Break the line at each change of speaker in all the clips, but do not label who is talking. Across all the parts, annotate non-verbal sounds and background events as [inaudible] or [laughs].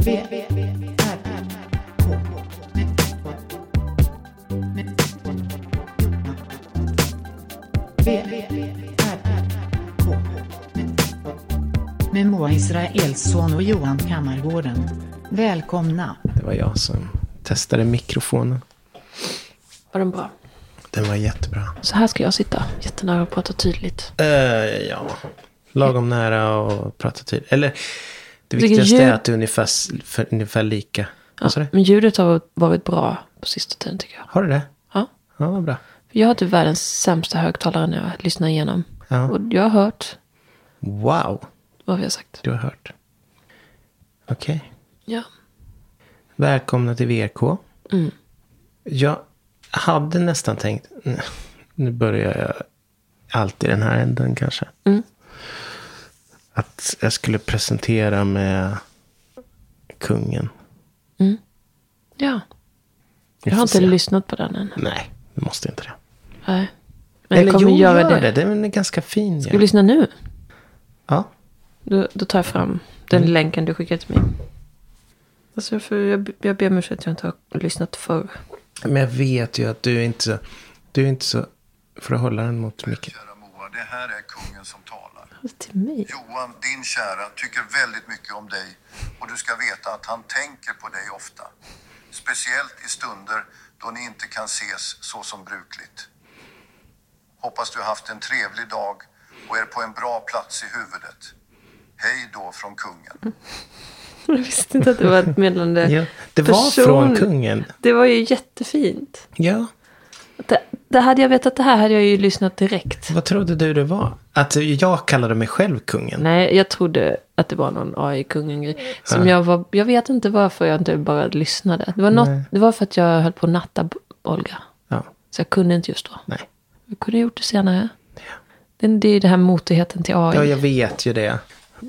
V, R, K. V, R, K. Med Moa Israelsson och Johan Kammargården. Välkomna.
Det var jag som testade mikrofonen.
Var den bra?
Den var jättebra.
Så här ska jag sitta. Jättenära och prata tydligt.
Eh, ja. Lagom nära och prata tydligt. Eller det
Vilket
viktigaste
ljud.
är att det är ungefär, s- för, ungefär lika.
Ja,
Vad sa du?
men ljudet har varit bra på sista tiden tycker jag.
Har du det?
Ja.
Ja, vad bra.
Jag har typ världens sämsta högtalare när jag lyssnar igenom.
Ja.
Och jag har hört
Wow,
vad vi har sagt.
du har hört. Okej.
Ja.
Välkomna till VRK.
Mm.
Jag hade nästan tänkt... Nu börjar jag alltid i den här änden kanske.
Mm.
Att jag skulle presentera med kungen.
ja.
Vi
Jag har
får
inte
se.
lyssnat på den än.
Nej, du måste inte det.
Nej. Men jag kommer
jo,
göra
gör
det.
det. Den är ganska fin.
Ska vi
Ja.
lyssna nu?
ja.
Då, då tar jag fram den
Mm.
länken du skickade till mig. Alltså jag, får, jag, jag ber om ursäkt att jag inte har lyssnat förr.
Men jag vet ju att du är inte så... Du är inte så... Får du hålla den mot micken?
Kära Moa, det här är kungen som talar.
Alltså, till mig?
Johan, din kära, tycker väldigt mycket om dig och du ska veta att han tänker på dig ofta. Speciellt i stunder då ni inte kan ses så som brukligt. Hoppas du har haft en trevlig dag och är på en bra plats i huvudet. Hej då från kungen.
[laughs] Jag visste inte att det var ett meddelande.
Ja, det var från
Person-
kungen.
Det var ju jättefint.
Ja.
Det, det hade jag vetat det här hade jag ju lyssnat direkt.
Vad trodde du det var? Att jag kallade mig själv kungen?
Nej, jag trodde att det var någon AI-kungen-grej. Som jag var, jag vet inte varför jag inte bara lyssnade. Det var,
Nej.
något, det var för att jag höll på att natta B- Olga.
Ja.
Så jag kunde inte just då.
Nej.
Jag kunde ha gjort det senare. Det, det är ju det här motigheten till AI.
Ja, jag vet ju det.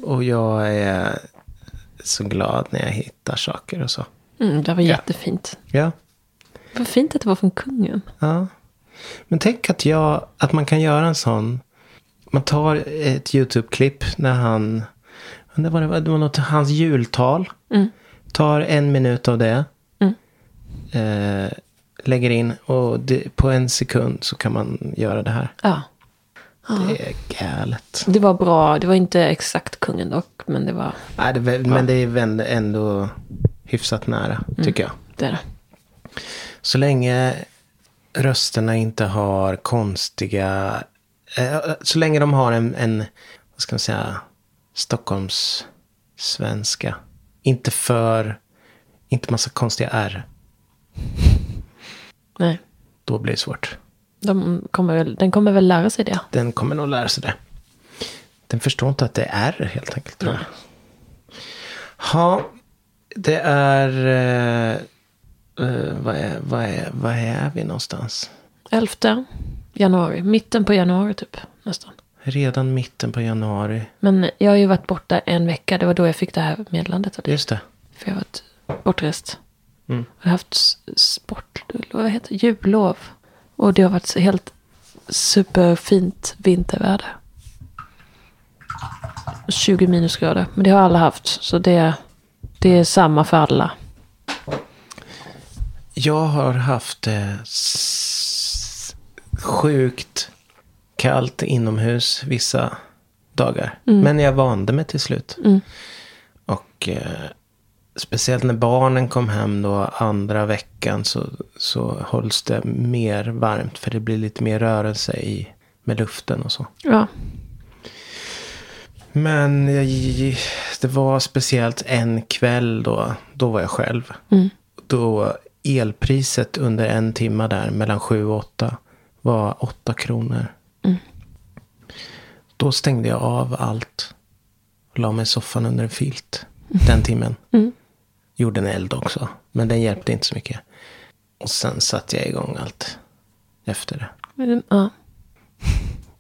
Och jag är så glad när jag hittar saker och så.
mm, det var jättefint.
Ja.
Vad fint att det var från kungen.
ja. Men tänk att, jag, att man kan göra en sån. Man tar ett YouTube-klipp när han... Det var, det var- det var något, hans jultal. Tar en minut av det. Eh, lägger in och det, på en sekund så kan man göra det här.
Ja,
Det är galet.
det var bra. Det var inte exakt kungen dock, men det var
Nej, det, är väl- men det är väl ändå hyfsat nära, tycker jag.
det. Där.
Mm. Så länge rösterna inte har konstiga... eh, Så länge de har en, en vad ska man säga, Stockholms svenska. Inte för, inte massa konstiga R.
Nej,
Då blir det svårt.
de kommer väl, den kommer väl lära sig det.
Den kommer nog lära sig det. Den förstår inte att det är R helt enkelt, tror jag. Ja, det är... Eh, eh, vad, är, vad, är vad är vi någonstans?
11 januari, mitten på januari typ nästan.
Redan mitten på januari.
Men jag har ju varit borta en vecka, det var då jag fick det här meddelandet av dig.
Just det.
För jag har varit bortrest. Jag har haft s- sport, vad heter det? jullov. Och det har varit så helt superfint vinterväder. 20 minusgrader, men det har alla haft. Så det, det är samma för alla.
Jag har haft det s- sjukt kallt inomhus vissa dagar. Men jag vande mig till slut. Och eh, speciellt när barnen kom hem då andra veckan så, så hålls det mer varmt. För det blir lite mer rörelse i, med luften och så.
Ja,
Men jag, det var speciellt en kväll då. Då var jag själv. Då elpriset under en timme där mellan 7 och 8 var 8 kronor. Då stängde jag av allt. Och la mig i soffan under en filt. Den timmen. Gjorde en eld också. Men den hjälpte inte så mycket. Och sen satte jag igång allt. Efter det.
Men, ja.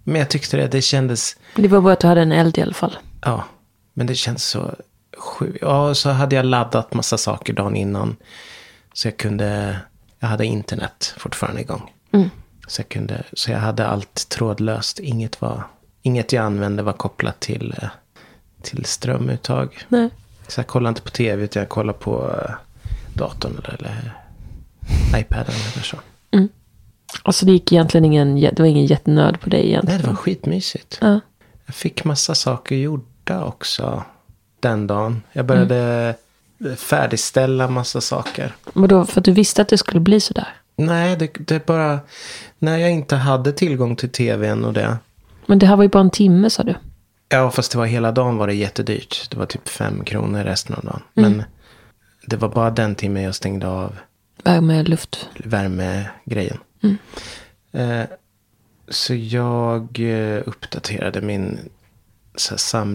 Men jag tyckte det, det kändes...
det var bra att du hade en eld i alla fall.
Ja, men det känns så sjukt. Ja, och så hade jag laddat massa saker dagen innan. Så jag kunde, jag hade internet fortfarande igång. Så, jag kunde, så jag hade allt trådlöst. Inget, var, inget jag använde var kopplat till, eh, till strömuttag.
Nej.
Så jag kollar inte på tv utan jag kollar på eh, datorn eller, eller iPaden eller så.
Alltså det gick egentligen ingen, jä- det var ingen jättenöd på dig
Nej,
egentligen.
det var skitmysigt.
Ja.
Jag fick massa saker gjorda också den dagen. Jag började färdigställa massa saker.
Men då för att du visste att det skulle bli sådär?
Nej, det, det bara... När jag inte hade tillgång till tvn och det.
Men det här var ju bara en timme sa du.
Ja, fast det var hela dagen var det jättedyrt. Det var typ fem kronor resten av dagen. Men det var bara den timmen jag stängde av
Värme, luft.
värmegrejen. Eh, så jag eh, uppdaterade min så här,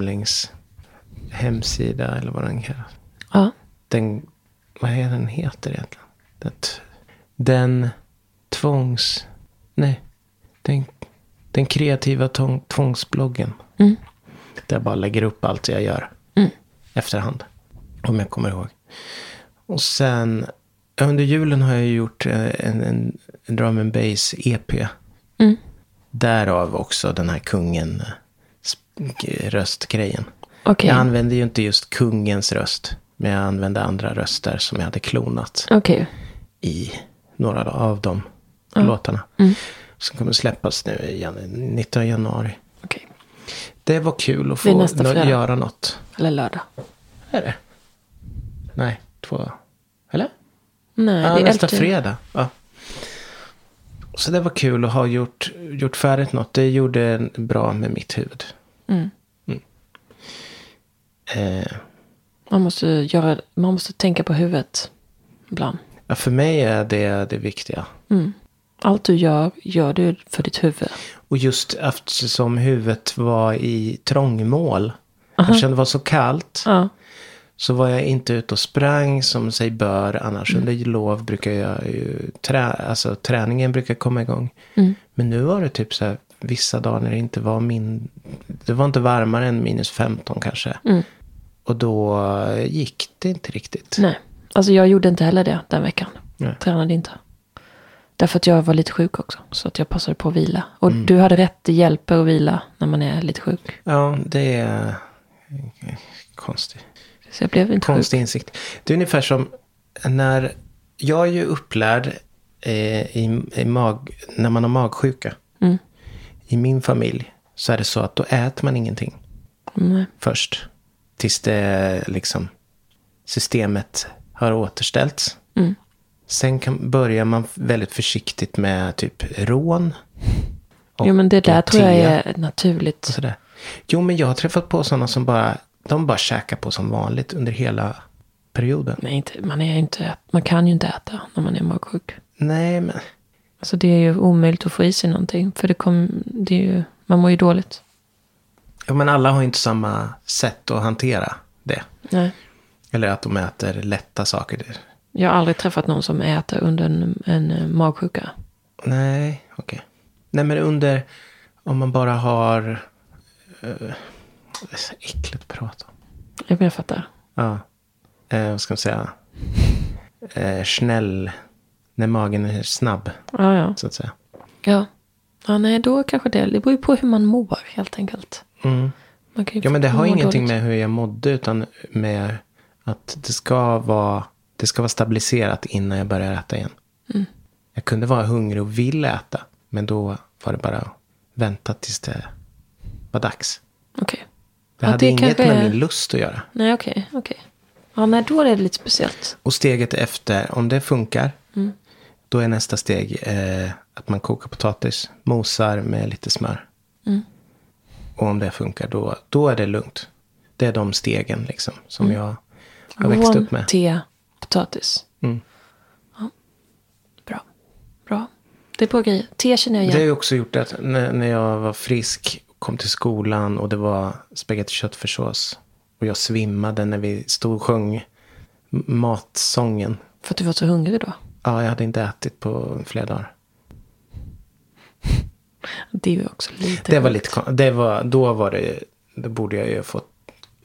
samlingshemsida eller vad den kallas.
Ja.
Den, vad är den heter egentligen? Den, t- den tvångs... Nej. Den, den kreativa tång, tvångsbloggen. Där jag bara lägger upp allt jag gör. Efterhand. Om jag kommer ihåg. Och sen ja, under julen har jag gjort eh, en, en, en drum and bass EP. Därav också den här kungen eh, sp- röstgrejen.
Okej.
Jag använde ju inte just kungens röst. Men jag använde andra röster som jag hade klonat
Okej.
i några av de låtarna.
Mm.
Som kommer släppas nu i jan- 19 januari.
Okej.
Det var kul att
Det är
få
nästa
nå-
fredag.
göra något.
Eller lördag.
Är det? Nej, två... Eller?
Nej,
Ja,
det är
nästa
elfte.
fredag. Ja. Så det var kul att ha gjort, gjort färdigt något. Det gjorde en bra med mitt huvud. Mm. Eh,
Man måste, göra, man måste tänka på huvudet ibland.
ja, för mig är det det viktiga.
Allt du gör, gör du för ditt huvud.
Och just eftersom huvudet var i trångmål. Eftersom det var så kallt.
Ja.
Så var jag inte ute och sprang som sig bör. Annars under lov brukar jag ju... Trä, alltså träningen brukar komma igång. Men nu var det typ så här vissa dagar när det inte var min... Det var inte varmare än minus 15 kanske. Och då gick det inte riktigt.
Nej. Alltså jag gjorde inte heller det den veckan.
Nej.
Tränade inte. Därför att jag var lite sjuk också. Så att jag passade på att vila. Och du hade rätt, det hjälper att vila när man är lite sjuk.
Ja, det är konstigt.
Så jag blev inte
Konstig insikt. Det är ungefär som när jag är ju upplärd eh, i, i mag, när man har magsjuka.
Mm.
I min familj så är det så att då äter man ingenting
sjuk. Nej.
först. Tills det liksom systemet har återställts.
Mm.
Sen kan, börjar man väldigt försiktigt med typ rån. och Alltså-
Jo men det där tror jag
te
är naturligt.
och sådär. Jo, men jag har träffat på sådana som bara, de bara käkar på som vanligt under hela perioden.
Nej, inte, man, är ju inte, man kan ju inte äta när man är magsjuk.
Nej, men
Alltså det är ju omöjligt att få i sig någonting. För det kom, det är ju, man mår ju dåligt.
Ja, men alla har ju inte samma sätt att hantera det.
Nej.
Eller att de äter lätta saker. Det-
Jag har aldrig träffat någon som äter under en, en eh, magsjuka.
Nej, okej. Nej, men under... Om man bara har... eh, det är så äckligt att prata om.
Jag men jag fattar.
Ja. Eh, vad ska man säga? Eh, snäll. När magen är snabb,
Ja, ja.
så att säga.
Ja. ja, nej då kanske det. Det beror ju på hur man mår helt enkelt.
Mm.
Man kan ju
Ja, men det har
må
ingenting med
dåligt.
hur jag mådde, utan med att det ska vara, det ska vara stabiliserat innan jag börjar äta igen.
Mm.
Jag kunde vara hungrig och vill äta, men då var det bara att vänta tills det var dags.
Okej.
Det
Ja,
hade
det
inget
kanske
med
är-
min lust att göra.
Nej, okej. okej. Ja, nej då är det lite speciellt.
Och steget efter, om det funkar, då är nästa steg eh, att man kokar potatis, mosar med lite smör. Och om det funkar, då, då är det lugnt. Det är de stegen liksom, som jag har växt upp med.
te, potatis.
Mm.
Ja. Bra. Bra. Det är bra grejer. Te känner jag
Det har
igen.
ju också gjort att när, när jag var frisk, kom till skolan och det var spagetti köttfärssås. Och jag svimmade när vi stod och sjöng m- matsången.
För att du var så hungrig då.
Ja, jag hade inte ätit på flera dagar.
Det är ju också lite
Det var
sjukt.
lite kon- det var, Då var det, då borde jag ju ha fått,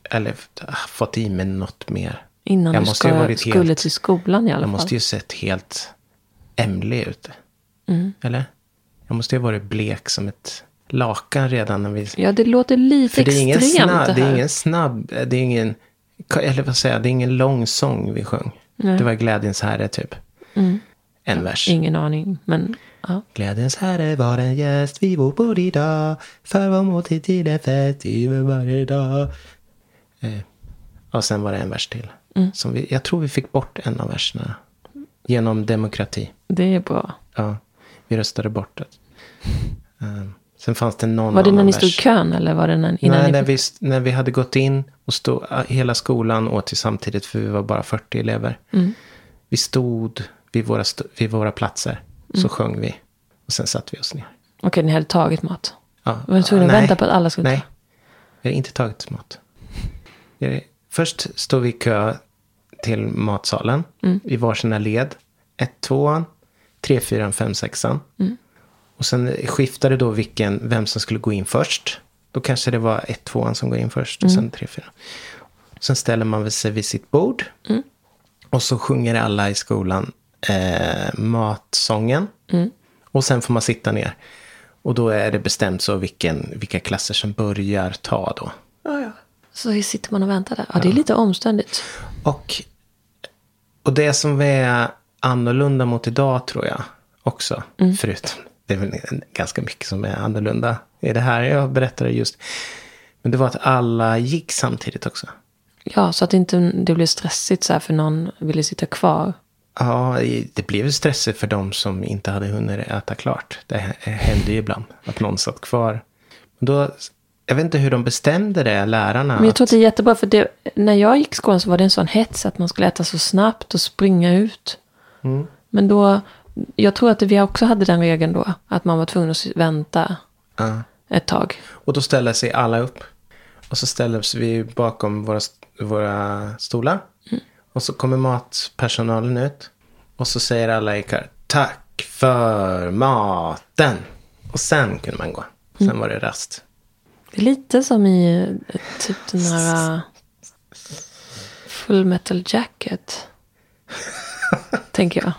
eller ah, fått i mig något mer.
Innan
jag
du
måste ju ha
ska,
varit
skulle
helt-
till skolan i
Jag
alla fall.
måste ju sett helt ämlig ut.
Mm.
Eller? Jag måste ju ha varit blek som ett lakan redan när vi
Ja, det låter lite
För det är ingen
extremt
snabb,
det
det är
här.
ingen snabb, det är ingen Eller vad säger jag, det är ingen lång sång vi sjöng.
Nej. Mm.
Det var Glädjens Herre typ. En vers.
Ingen aning, men ja.
Glädjens herre var en gäst vid vårt bord idag. För vår måltid till en fest över varje dag. Eh, och sen var det en vers till.
Mm.
Som vi, jag tror vi fick bort en av verserna. Genom demokrati.
Det är bra.
Ja, vi röstade bort det. Eh, sen fanns det någon
Var det när
annan
ni stod i
vers.
kön eller var det när, innan
Nej,
ni...
när vi, st- när vi hade gått in och stod, hela skolan åt ju samtidigt för vi var bara 40 elever.
Mm.
Vi stod vid våra, st- vid våra platser,
Mm.
så sjöng vi och sen satte vi oss ner.
Okej, ni hade tagit mat.
Ja,
Var ni tvungna att
nej.
vänta på att alla skulle
Nej,
ta?
vi har inte tagit mat. Vi har- Först stod vi i kö till matsalen
Mm.
i varsina led. Ett, tvåan, tre, fyran, fem, sexan.
Mm.
Och sen skiftade då vilken, vem som skulle gå in först. Då kanske det var ett, tvåan som går in först
Mm.
och sen tre, fyran. Sen ställer man väl sig vid sitt bord.
Mm.
Och så sjunger alla i skolan eh, matsången. Och sen får man sitta ner. Och då är det bestämt så vilken, vilka klasser som börjar ta då.
Så sitter man och väntar där. Ja, det är lite omständigt.
Och, och det som är annorlunda mot idag tror jag också. Förutom, det är väl ganska mycket som är annorlunda i det här jag berättade just. Men det var att alla gick samtidigt också.
Ja, så att inte det blir stressigt så här för någon ville sitta kvar.
Ja, det blev ju stressigt för de som inte hade hunnit äta klart. Det h- hände ju ibland att någon satt kvar. Men Då, jag vet inte hur de bestämde det, lärarna.
Men jag tror
att-
att det är jättebra, för det, när jag gick i skolan så var det en sån hets att man skulle äta så snabbt och springa ut. Men då, jag tror att vi också hade den regeln då, att man var tvungen att vänta
Ja.
ett tag.
Och då ställer sig alla upp. Och så ställer vi bakom våra, våra stolar. Och så kommer matpersonalen ut. Och så säger alla i kör tack för maten. Och sen kunde man gå. Sen var det rast.
Det är lite som i eh, typ den här eh, Full Metal Jacket. tänker jag.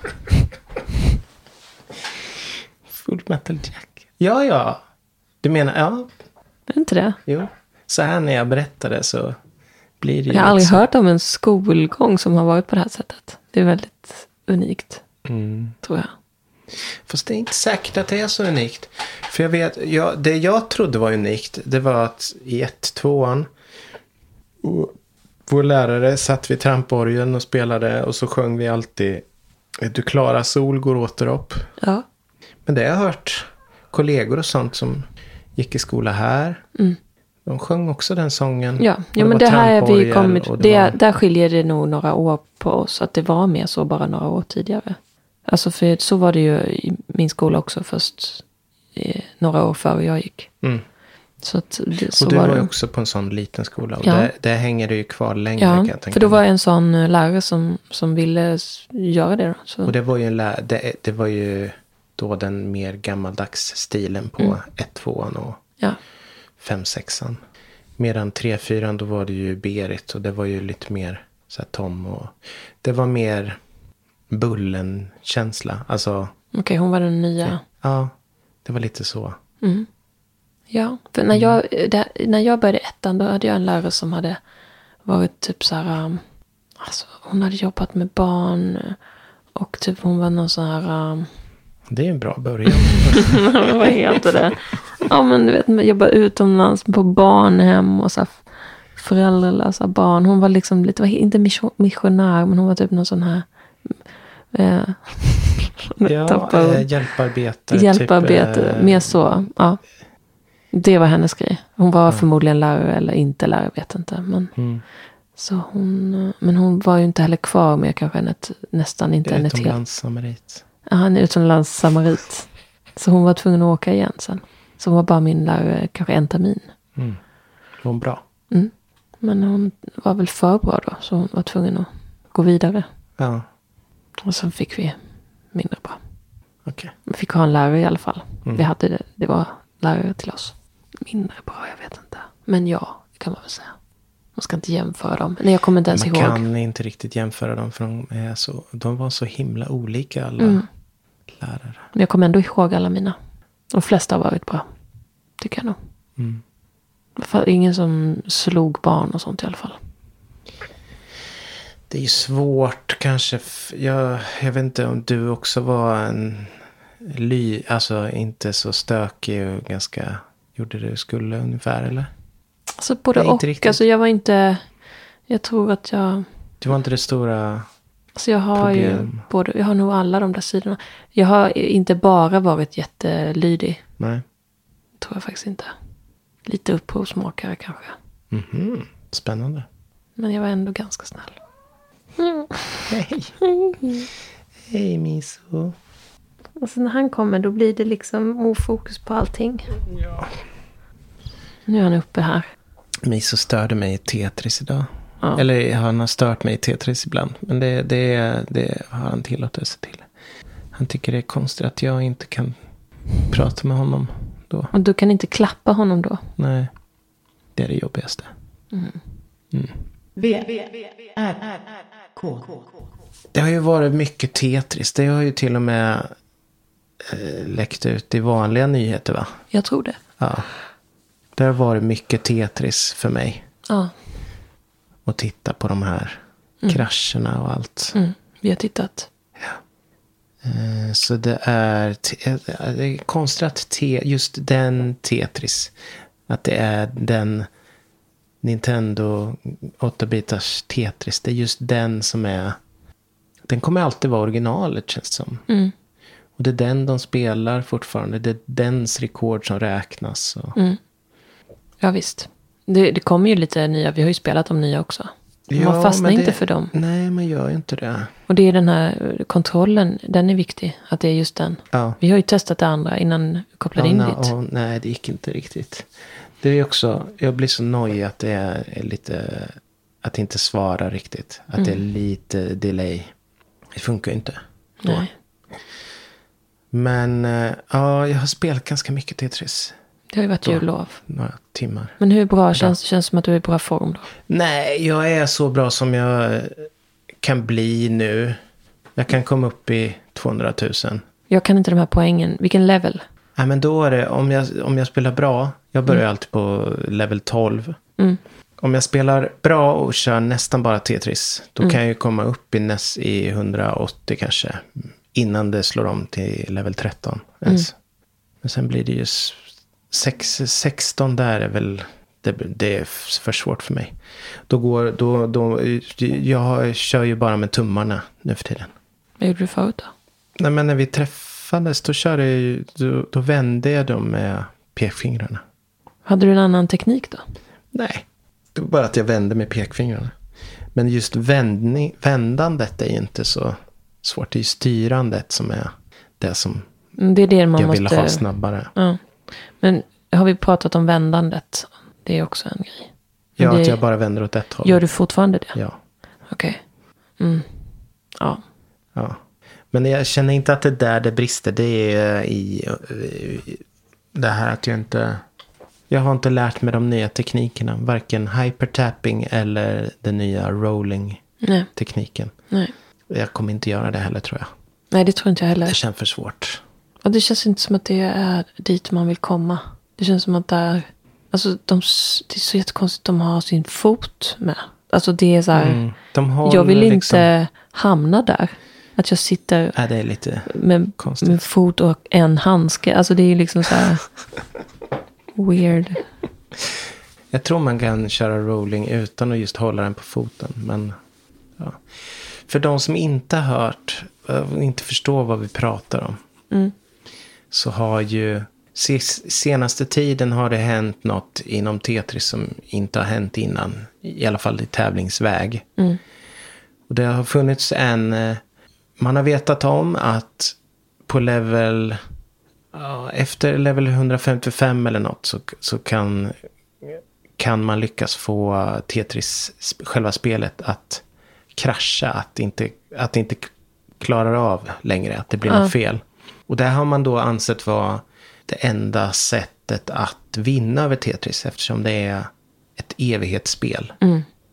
Full metal jack. Ja, ja. Du menar, ja,
Är det inte det?
jo. Så här när jag berättade så blir det ju liksom-
Jag har
lite
aldrig
så.
hört om en skolgång som har varit på det här sättet. Det är väldigt unikt, tror jag.
Fast det är inte säkert att det är så unikt. För jag vet, jag, det jag trodde var unikt, det var att i 1-2an, vår lärare satt vid tramporgeln och spelade och så sjöng vi alltid Du klara sol går åter upp.
Ja.
Men det har jag hört kollegor och sånt som gick i skola här. De sjöng också den sången.
Mm. Ja,
Och
ja men
var
det här har vi
tramporgel
kommit...
och
Det,
var-
Där skiljer det nog några år på oss. Att det var mer så bara några år tidigare. Alltså för så var det ju i min skola också först eh, några år före jag gick.
Mm.
Så, att, det, så
Och du var
det.
ju också på en sån liten skola. Och
Ja.
där, där hänger det ju kvar längre
Ja,
kan jag tänka
för då
mig.
var jag en sån eh, lärare som, som ville s- göra det. Då. Så,
Och det var ju, en lä- det, det var ju då den mer gammaldags stilen på
Mm.
1-2an och
ja.
5-6an. Medan 3-4an då var det ju Berit och det var ju lite mer så här Tom och det var mer Bullen-känsla. Alltså,
Okej, hon var den nya.
ja, det var lite så.
Mm. Ja, för
Mm.
när jag, där, när jag började ettan då hade jag en lärare som hade varit typ så här, um, alltså hon hade jobbat med barn eh, och typ hon var någon sån här, um, [laughs]
Det är ju en bra början.
vad heter det? Ja men du vet, jobba utomlands på barnhem och så här föräldralösa barn. Hon var liksom lite, var inte mission- missionär men hon var typ någon sån här, eh, [laughs]
ja,
tappa ord.
eh, hjälparbetare.
Hjälparbete,
eh,
mer så. Ja. Det var hennes grej. Hon var förmodligen lärare eller inte lärare, vet inte. Men, så hon, eh, men hon var ju inte heller kvar mer kanske än ett, nästan inte än ett helt.
Utomlandssammerit.
Ja, Han är utomlandssamarit. Så hon var tvungen att åka igen sen. Så hon var bara min lärare kanske en termin.
Var hon bra?
Men hon var väl för bra då, så hon var tvungen att gå vidare.
Ja,
Och sen fick vi mindre bra.
okej.
Vi fick ha en lärare i alla fall.
Mm.
Vi hade det. Det var lärare till oss. Mindre bra, jag vet inte. Men ja, det kan man väl säga. Man ska inte jämföra dem. Nej, jag kommer inte ens
Man
ihåg.
kan inte riktigt jämföra dem för de, är så, de var så himla olika alla lärare.
Men jag kommer ändå ihåg alla mina. De flesta har varit bra. Tycker jag nog. Mm. Ingen som slog barn och sånt i alla fall.
Det är ju svårt kanske. f- Jag, jag vet inte om du också var en ly, alltså inte så stökig och ganska, gjorde det du skulle ungefär eller?
Alltså både
Nej, inte
och.
riktigt.
Alltså jag var inte... Jag tror att jag...
Du var inte det stora,
Alltså jag har
Problem.
ju både... Jag har nog alla de där sidorna. Jag har inte bara varit jättelydig.
nej.
Tror jag faktiskt inte. Lite upphovsmakare kanske.
Mhm. Spännande.
Men jag var ändå ganska snäll.
Hej. Hej Miso.
Och sen när han kommer då blir det liksom ofokus på allting. Nu är han uppe här.
Miso störde mig i Tetris idag.
Ja.
Eller han har stört mig i Tetris ibland. Men det, det, det har han tillåtelse till. Han tycker det är konstigt att jag inte kan prata med honom då.
Och du kan inte klappa honom då.
Nej, det är det jobbigaste.
V, R, R, K.
Det har ju varit mycket Tetris. Det har ju till och med eh, läckt ut i vanliga nyheter va?
Jag tror det.
Ja. Det har varit mycket Tetris för mig.
Ja,
Att titta på de här krascherna och allt.
mm. vi har tittat.
Eh, Så det är, te- eh, det är konstigt att te, just den Tetris, att det är den Nintendo 8-bitars Tetris, det är just den som är, den kommer alltid vara originalet känns det som.
Mm.
Och det är den de spelar fortfarande, det är dens rekord som räknas. Och,
Mm. Ja, visst. Det, det kommer ju lite nya. Vi har ju spelat de nya också.
Ja,
Man fastnar
men
inte
det-
för dem.
Nej, man gör ju inte det.
Och det är den här eh, kontrollen. Den är viktig. Att det är just den.
Ja.
Vi har ju testat det andra innan vi kopplade
Ja,
in
nej,
ditt.
ja, nej, det gick inte riktigt. Det är också, jag blir så nojig att det är är lite, att det inte svarar riktigt. Att det är lite delay. Det funkar ju inte. då.
Nej,
Men eh, ja, jag har spelat ganska mycket Tetris.
det har ju varit jullov.
Några timmar.
Men hur bra känns det? Känns som att du är i bra form då?
Nej, jag är så bra som jag kan bli nu. Jag kan komma upp i 200 000.
Jag kan inte de här poängen. Vilken level?
Nej, men då är det, om jag, om jag spelar bra, jag börjar alltid på level 12. Om jag spelar bra och kör nästan bara Tetris, då kan jag ju komma upp i, näs, i 180 kanske. Innan det slår om till level 13 ens. Men sen blir det ju s- sex, 16 där är väl, det, det är f- för svårt för mig. Då går, då, då, jag kör ju bara med tummarna nu för tiden.
Vad gjorde du förut då?
Nej, men när vi träffades då, körde jag, ju- då, då vände jag dem med pekfingrarna.
Hade du en annan teknik då?
Nej, det var bara att jag vände med pekfingrarna. Men just vändning, vändandet är ju inte så svårt. Det är ju styrandet som är det som
Mm, Det är det man
jag
måste...
vill ha snabbare.
Ja. Men har vi pratat om vändandet? Det är också en grej. Men
Ja,
det,
att jag bara vänder åt ett håll.
Gör du fortfarande det?
Ja,
Okej. Mm. Ja.
ja. Men jag känner inte att det är där det brister. Det är eh, i, i det här att jag inte... Jag har inte lärt mig de nya teknikerna. Varken hypertapping eller den nya rolling.
Nej.
tekniken.
Nej.
Jag kommer inte göra det heller tror jag.
Nej, det tror inte jag
Det
heller.
känns för svårt.
Och det känns inte som att det är dit man vill komma. Det känns som att där... Alltså, de, s- det är så jättekonstigt att de har sin fot med. Alltså, det är så här...
De har
jag vill
liksom-
inte hamna där. Att jag sitter
Nej, det är lite...
med,
Konstigt.
med fot och en handske. Alltså det är ju liksom
[laughs]
så här weird.
Jag tror man kan köra rolling utan att just hålla den på foten. Men, ja. För de som inte har hört, eh, inte förstår vad vi pratar om. Så har ju, ses- senaste tiden har det hänt något inom Tetris som inte har hänt innan. I alla fall i tävlingsväg. Och det har funnits en, eh, man har vetat om att på level, ja, efter level 155 eller något så, så kan kan man lyckas få Tetris, sp- själva spelet, att krascha, att inte, att inte k- klarar av längre, att det blir något fel. Och det har man då ansett vara det enda sättet att vinna över Tetris, eftersom det är ett evighetsspel.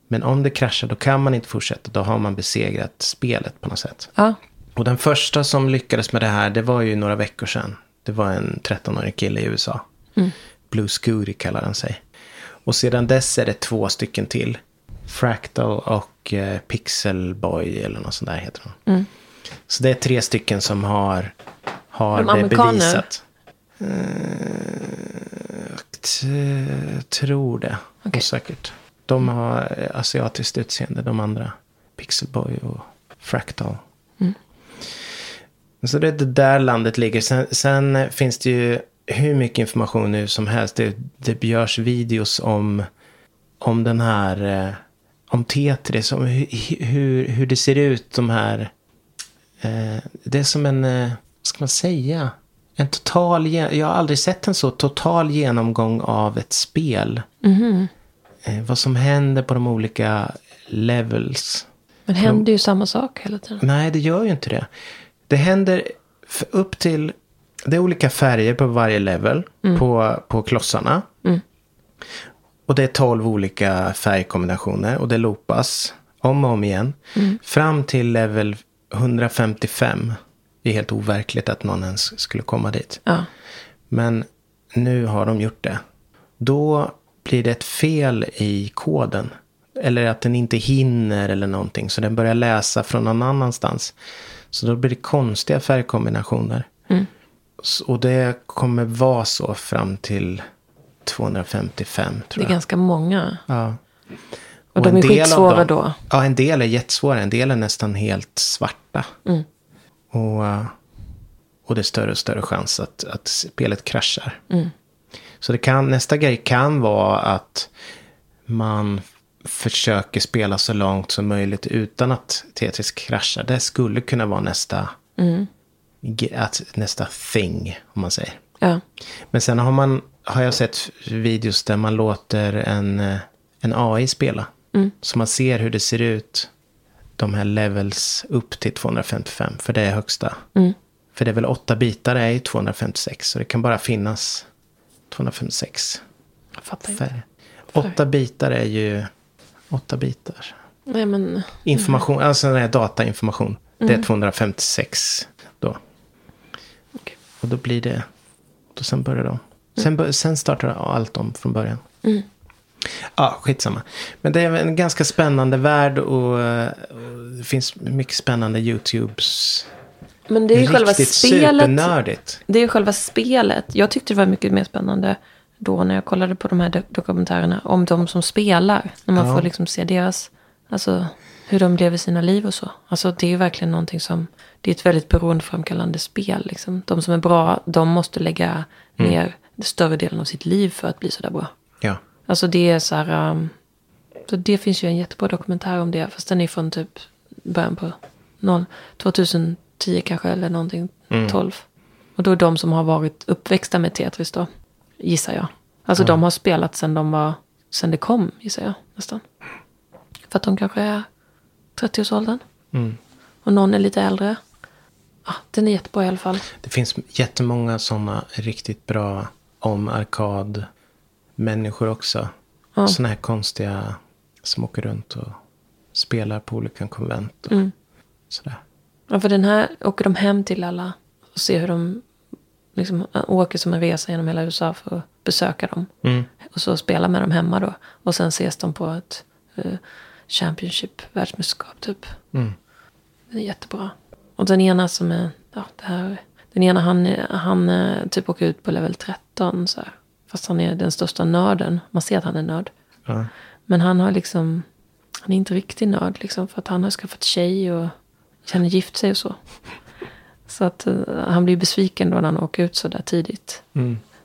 Men om det kraschar, då kan man inte fortsätta, då har man besegrat spelet på något sätt.
Ja,
Och den första som lyckades med det här, det var ju några veckor sedan. Det var en 13-årig kille i USA.
Mm.
Blue Scooty kallar han sig. Och sedan dess är det två stycken till. Fractal och eh, Pixel Boy eller något sånt där heter de.
Mm.
Så det är tre stycken som har, har
De
det
amerikaner?
bevisat. Eh, t- tror det.
Okej.
Säkert. De har eh, asiatiskt utseende, de andra. Pixel Boy och Fractal. Så det är det där landet ligger. Sen, sen finns det ju hur mycket information nu som helst. Det, det görs videos om, om den här, eh, om Tetris, om hur, hur, hur det ser ut, de här. Eh, det är som en, eh, vad ska man säga? En total, gen- jag har aldrig sett en så total genomgång av ett spel. Eh, vad som händer på de olika levels.
Men händer ju samma sak hela tiden.
Nej, det gör ju inte det. Det händer f- upp till... Det är olika färger på varje level på, på klossarna. Och det är tolv olika färgkombinationer och det loopas om och om igen. Fram till level 155. Det är helt overkligt att någon ens skulle komma dit.
Ja.
Men nu har de gjort det. Då blir det ett fel i koden. Eller att den inte hinner eller någonting. Så den börjar läsa från någon annanstans. Så då blir det konstiga färgkombinationer. S- Och det kommer vara så fram till 255
Det
tror
är
jag.
ganska många.
Ja.
Och de
en
är
del av
skitsvåra
dem-
då.
Ja, en del är jättesvåra. En del är nästan helt svarta.
Mm.
Och, eh, och det är större och större chans att, att spelet kraschar.
Mm.
Så det kan, nästa grej kan vara att man försöker spela så långt som möjligt utan att Tetris kraschar. Det skulle kunna vara nästa,
Mm.
ge- att, nästa thing, om man säger.
Ja.
Men sen har, man, har jag sett videos där man låter en, eh, en AI spela. Så man ser hur det ser ut, de här levels upp till 255, för det är högsta. För det är väl åtta bitar, det är ju 256, så det kan bara finnas 256
Jag fattar inte.
färger. Åtta bitar är ju åtta bitar.
Nej men.
Information,
Mm.
alltså den här datainformation, det är 256 då.
Okej.
Och då blir det... Då sen börjar de. Sen, bör- sen startar allt om från början.
Mm.
Ja, skitsamma. Men det är väl en ganska spännande värld och, eh, och det finns mycket spännande YouTubes.
Men det är ju själva
Riktigt
spelet.
supernördigt.
Det är ju själva spelet. Jag tyckte det var mycket mer spännande då när jag kollade på de här do- dokumentärerna om de som spelar. När man
Ja.
får liksom se deras, alltså hur de lever sina liv och så. Alltså det är ju verkligen någonting som, det är ett väldigt beroendeframkallande spel liksom. De som är bra, de måste lägga ner större delen av sitt liv för att bli sådär bra.
Ja.
Alltså det är så här, um, så det finns ju en jättebra dokumentär om det. Fast den är från typ början på noll, 2010 kanske eller någonting, 12. Och då är de som har varit uppväxta med Tetris då, gissar jag. Alltså de har spelat sen de var, sen det kom gissar jag nästan. För att de kanske är 30-årsåldern. Och någon är lite äldre. Ah, den är jättebra i alla fall.
Det finns jättemånga sådana riktigt bra om arkad-människor också.
Ja.
Sådana här konstiga som åker runt och spelar på olika konvent och sådär.
Ja, för den här åker de hem till alla och ser hur de liksom åker som en resa genom hela USA för att besöka dem. Och så spela med dem hemma då. Och sen ses de på ett eh, Championship, världsmästerskap typ. Den är jättebra. Och den ena som är, ja det här, den ena han, är- han eh, typ åker ut på level 13 så här. Fast han är den största nörden. Man ser att han är nörd.
Ja.
Men han har liksom, han är inte riktig nörd liksom för att han har skaffat tjej och han har gift sig och så. Så att eh, han blir besviken då när han åker ut så där tidigt.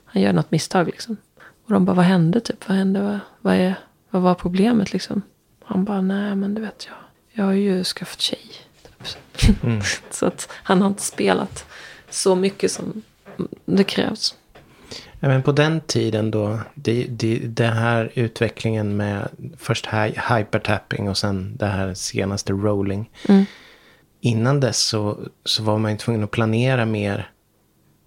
Han gör något misstag liksom. Och de bara, vad hände typ? Vad hände? Vad, vad, är, vad var problemet liksom? Han bara, nej men du vet jag, jag har ju skaffat tjej. Typ. så. [laughs] så att han har inte spelat så mycket som det krävs.
Ja, men på den tiden då, det, det, den här utvecklingen med först hi- hypertapping och sen det här senaste rolling.
Mm.
Innan dess så, så var man ju tvungen att planera mer.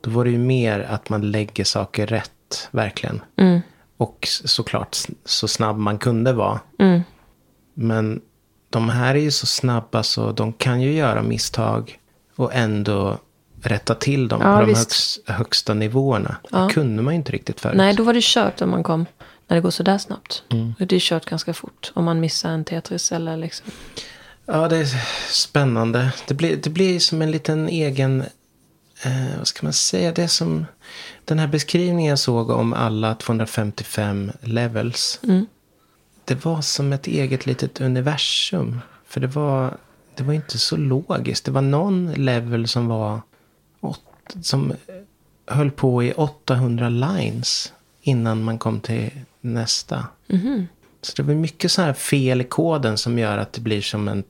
Då var det ju mer att man lägger saker rätt, verkligen.
Mm.
Och s- såklart s- så snabb man kunde vara.
Mm.
Men de här är ju så snabba så de kan ju göra misstag och ändå rätta till dem
Ja,
på de
visst.
högst, högsta nivåerna. Det kunde man ju inte riktigt förut.
Nej, då var det kört när man kom. när det går sådär snabbt.
Mm.
Och det är kört ganska fort om man missar en Tetris eller liksom.
Ja, det är spännande. Det blir, det blir som en liten egen... Eh, vad ska man säga? Det är som den här beskrivningen jag såg om alla 255 levels. Det var som ett eget litet universum. För det var, det var inte så logiskt. Det var någon level som var... åt- Som höll på i 800 lines innan man kom till nästa. Så det var mycket så här fel i koden som gör att det blir som en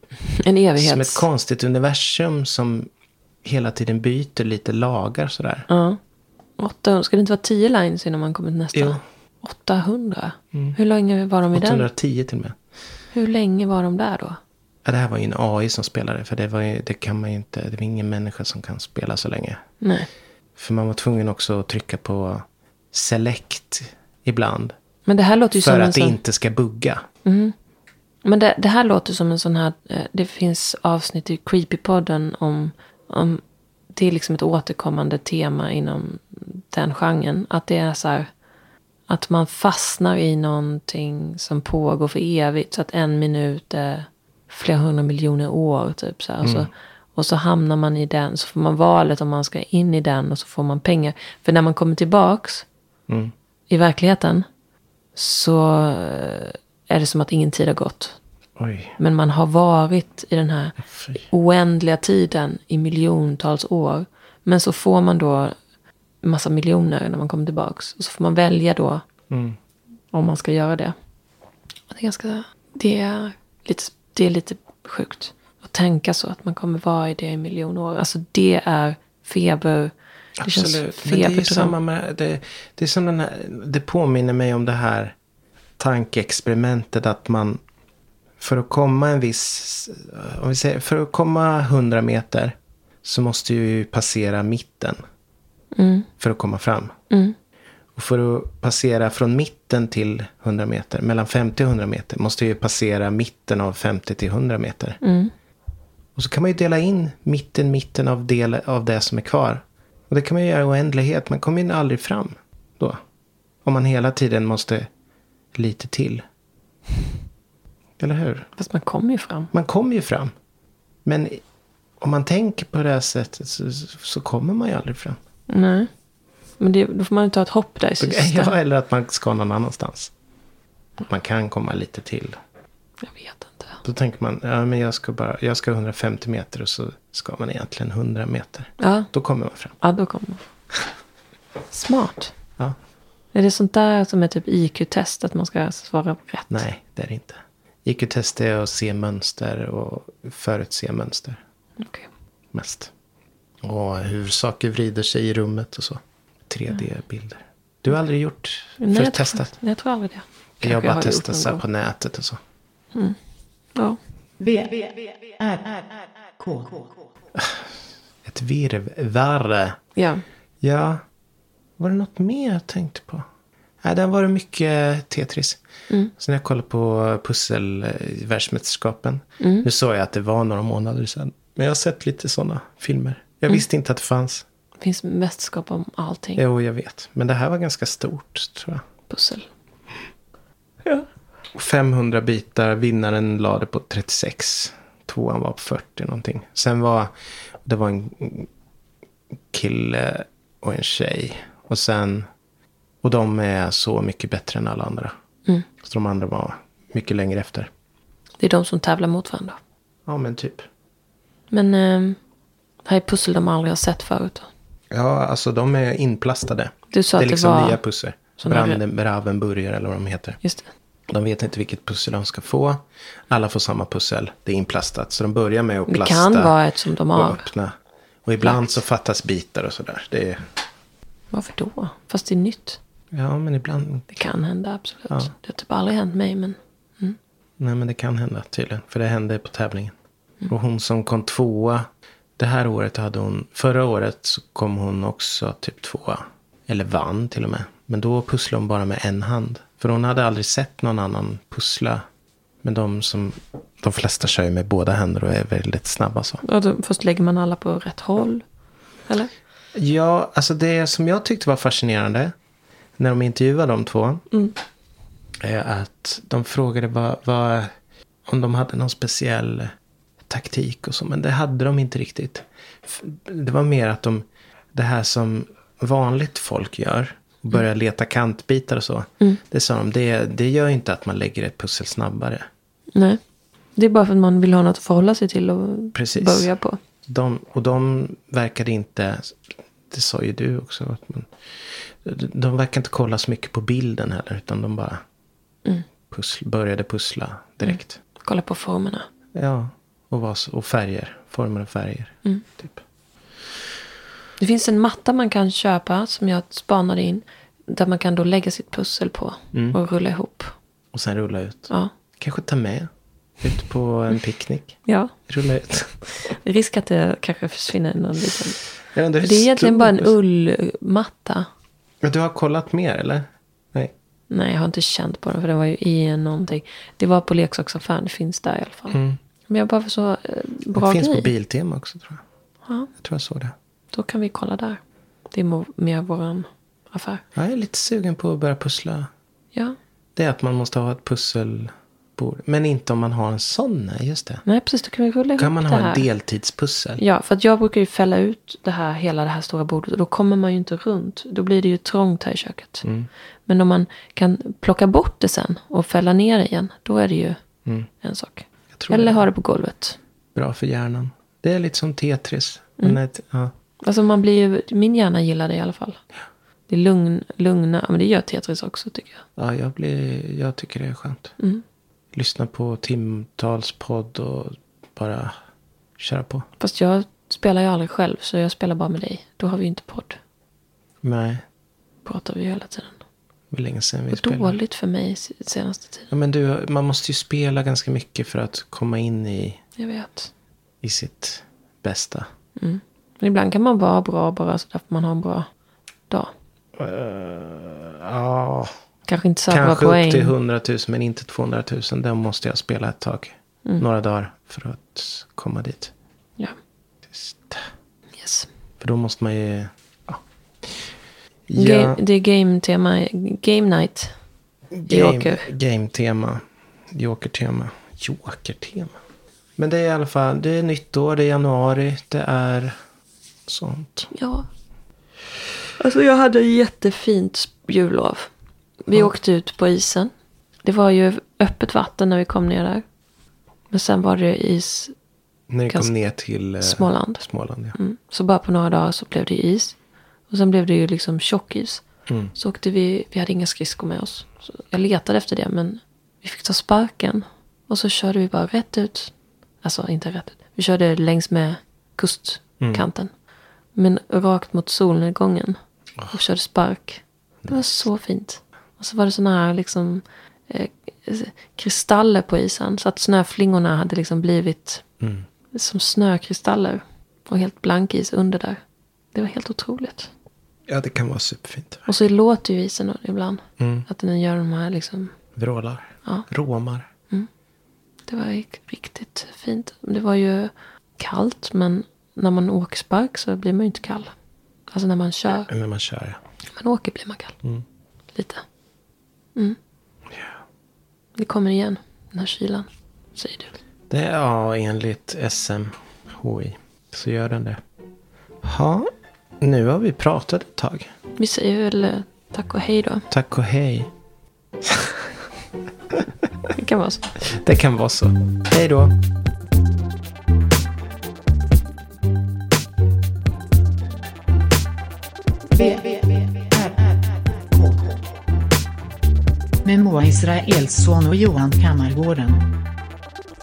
En evighets...
som ett konstigt universum som hela tiden byter lite lagar sådär.
Ja. 800. Ska det inte vara 10 lines innan man kommer till nästa?
Jo.
800?
Mm.
Hur länge var de i den?
810 till och med.
Hur länge var de där då?
Ja, det här var ju en AI som spelade. För det, var ju, det kan man ju inte. Det var ingen människa som kan spela så länge.
Nej.
För man var tvungen också att trycka på select ibland.
Men det här låter ju
För
som en
att det
sån...
inte ska bugga.
Men det, det här låter som en sån här... eh, Det finns avsnitt i Creepypodden om... om det är liksom ett återkommande tema inom den genren. Att det är så här... Att man fastnar i någonting som pågår för evigt. Så att en minut är flera hundra miljoner år. Typ, så här. Och, så, och så hamnar man i den. Så får man valet om man ska in i den. Och så får man pengar. För när man kommer tillbaks i verkligheten. Så eh, är det som att ingen tid har gått.
Oj.
Men man har varit i den här
Fy.
oändliga tiden i miljontals år. Men så får man då massa miljoner när man kommer tillbaks. Och så får man välja då
Mm.
om man ska göra det. Och det, är ganska, det, är lite, det är lite sjukt att tänka så. Att man kommer vara i det i miljoner år. Alltså det är feber. Det
Absolut. Men det är ju samma med, det, det är som den här, det påminner mig om det här tankeexperimentet att man för att komma en viss, om vi säger, för att komma 100 meter så måste ju passera mitten för att komma fram. Och för att passera från mitten till 100 meter, mellan 50 och 100 meter, måste ju passera mitten av 50 till 100 meter. Och så kan man ju dela in mitten, mitten av, del, av det som är kvar. Och det kan man ju göra i oändlighet. Man kommer ju aldrig fram då. Om man hela tiden måste lite till. Eller hur?
Fast man kommer ju fram.
Man kommer ju fram. Men om man tänker på det här sättet så, så kommer man ju aldrig fram.
Nej. Men det, då får man ju ta ett hopp där
[laughs]
i sista.
Ja, eller att man ska någon annanstans. Man kan komma lite till.
Jag vet inte.
Då tänker man, ja, men jag ska bara, jag ska 150 meter och så ska man egentligen 100 meter.
Ja,
Då kommer man fram.
ja då kommer man. [laughs] Smart.
Ja.
Är det sånt där som är typ IQ-test? Att man ska svara rätt?
Nej, det är det inte. IQ-test är att se mönster och förutse mönster
Okej.
mest. Och hur saker vrider sig i rummet och så. 3D-bilder. Du har aldrig gjort,
Nej,
för
jag tror-
testat?
Nej, jag tror aldrig det. Kanske
Jag har bara
har gjort
testat
någon
så här
gång.
på nätet och så.
Ja.
V, V, R, R, K.
Ett virrvarr.
ja.
Ja, var det något mer jag tänkte på? Nej, där var det mycket Tetris. Så när jag kollade på pusselvärldsmästerskapen. Nu sa jag att det var några månader sedan. Men jag har sett lite sådana filmer. Jag visste inte att det fanns.
Det finns mästerskap om allting.
Jo, jag vet. Men det här var ganska stort, tror jag.
Pussel.
500 bitar, vinnaren la det på 36. Tvåan var på 40 någonting. Sen var det var en kille och en tjej. Och sen, och de är så mycket bättre än alla andra.
Mm.
Så de andra var mycket längre efter.
Det är de som tävlar mot varandra.
Ja, men typ.
Men ehm, det här är pussel de aldrig har sett förut.
Ja, alltså de är inplastade.
Du sa
det är
att det
liksom
var
nya pussel.
sådana-
Branden, Bravenburger eller vad de heter.
Just det.
De vet inte vilket pussel de ska få. Alla får samma pussel. Det är inplastat. Så de börjar med att
Det
plasta.
kan vara ett som de
och
har.
öppna. Och ibland
Lagt.
så fattas bitar och sådär. Det är,
Varför då? Fast det är nytt.
ja, men ibland.
Det kan hända, absolut. Det har typ aldrig hänt mig, men...
Nej, men det kan hända tydligen. För det hände på tävlingen.
Mm.
Och hon som kom tvåa. Det här året hade hon. Förra året så kom hon också typ tvåa. Eller vann till och med. Men då pusslade hon bara med en hand. För hon hade aldrig sett någon annan pussla. Men de som. De flesta kör ju med båda händer och är väldigt snabba så.
Ja, då först lägger man alla på rätt håll. Eller?
Ja, alltså det som jag tyckte var fascinerande när de intervjuade de två eh, att de frågade vad, vad, om de hade någon speciell taktik och så. Men det hade de inte riktigt. F- Det var mer att de, det här som vanligt folk gör, börjar leta kantbitar och så. Det sa de, det, det gör inte att man lägger ett pussel snabbare.
Nej. Det är bara för att man vill ha något att förhålla sig till och
Precis.
börja på.
De, och de verkade inte, det sa ju du också, att man, de verkar inte kolla så mycket på bilden heller, utan de bara
Mm.
pussl, började pussla direkt.
Kolla på formerna.
Ja, och, vad, s- och färger, former och färger.
Mm.
Typ.
Det finns en matta man kan köpa som jag spanade in. Där man kan då lägga sitt pussel på
Mm.
och rulla ihop.
Och sen rulla ut.
Ja.
Kanske ta med ut på
Mm.
en picknick.
ja.
Rulla
[laughs]
ut.
Det är Risk att det kanske försvinner någon liten.
Jag undrar hur
Det är egentligen
stor-
bara en ullmatta.
Men du har kollat mer eller? Nej.
Nej, jag har inte känt på den för den var ju i någonting. Det var på leksaksaffären, det finns där i alla fall. Men jag bara för så eh, bra
Mm. Det finns
grej.
på Biltema också tror jag.
Ja,
Jag tror jag såg det.
då kan vi kolla där. Det är mo- mer våran affär.
Jag är lite sugen på att börja pussla.
Ja,
Det är att man måste ha ett pusselbord. Men inte om man har en sån, nej just det.
nej precis, då kan vi rulla
Kan
ihop
man
det
ha
här.
en deltidspussel?
Ja, för att jag brukar ju fälla ut det här, hela det här stora bordet. Och då kommer man ju inte runt. Då blir det ju trångt här i köket.
Mm.
Men om man kan plocka bort det sen och fälla ner det igen. Då är det ju en sak.
Mm. tror
Eller
det.
ha Mm. det på golvet.
Bra för hjärnan. Det är lite som Tetris. Men ett, ja.
Alltså man blir ju, min hjärna gillar det i alla fall. Det är lugn, lugna, ja, men det gör Tetris också tycker jag.
Ja, jag, blir, jag tycker det är skönt.
Mm.
Lyssna på timtals podd och bara köra på.
Fast jag spelar ju aldrig själv så jag spelar bara med dig. Då har vi ju inte podd.
Nej,
Pratar vi ju hela tiden.
det var länge sedan vi
Och
spelade.
dåligt för mig se- senaste tiden.
Ja, men du, man måste ju spela ganska mycket för att komma in i,
Jag vet.
i sitt bästa.
Men ibland kan man vara bra bara så därför man har en bra dag.
Ja,
Kanske inte så här bra
kanske upp till
poäng.
100 000 men inte 200 000. Den måste jag spela ett tag.
Mm.
Några dagar för att komma dit.
Ja.
Just.
Yes.
För då måste man ju... Ja.
Game, det är game-tema. Game night.
Game,
Joker.
game-tema. Joker-tema. Joker-tema. Men det är i alla fall, det är nytt år, det är januari, det är sånt.
Ja. Alltså jag hade ett jättefint jullov. Vi åkte ut på isen. Det var ju öppet vatten när vi kom ner där. Men sen var det is.
När vi
Ganska-
kom ner till eh,
Småland.
Småland ja.
Mm. Så bara på några dagar så blev det is. Och sen blev det ju liksom tjockis. Så åkte vi, vi hade inga skridskor med oss. Så jag letade efter det men vi fick ta sparken. Och så körde vi bara rätt ut. Alltså inte rätt ut. Vi körde längs med kustkanten. Men rakt mot solnedgången. Och körde spark. Det var så fint. Och så var det såna här liksom eh, kristaller på isen. Så att snöflingorna hade liksom blivit som snökristaller. Och helt blank is under där. Det var helt otroligt.
ja, det kan vara superfint.
Och så låter ju isen ibland. Att den gör de här liksom.
Vrålar.
Ja.
Råmar.
Det var rik- riktigt fint. Det var ju kallt men när man åker spark så blir man ju inte kall. Alltså när man kör.
När man kör. ja.
När man åker blir man kall. Lite. Mm. Det kommer igen. Den här kylan. Säger du.
Det är ja, enligt SMHI. Så gör den det. Ja, nu har vi pratat ett tag.
Vi säger väl eh, tack och hej då.
Tack och hej.
Det kan vara så.
Det kan vara så. Hej då.
V, V, V, R, R, K, K. Med Moa Israelsson och Johan Kammargården.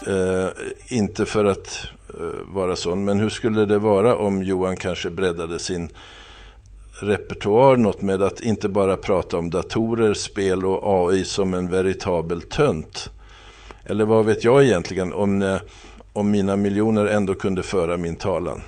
Eh, inte för att eh, vara sån, men hur skulle det vara om Johan kanske breddade sin repertoar något med att inte bara prata om datorer, spel och AI som en veritabel tönt? Eller vad vet jag egentligen om, eh, om mina miljoner ändå kunde föra min talan?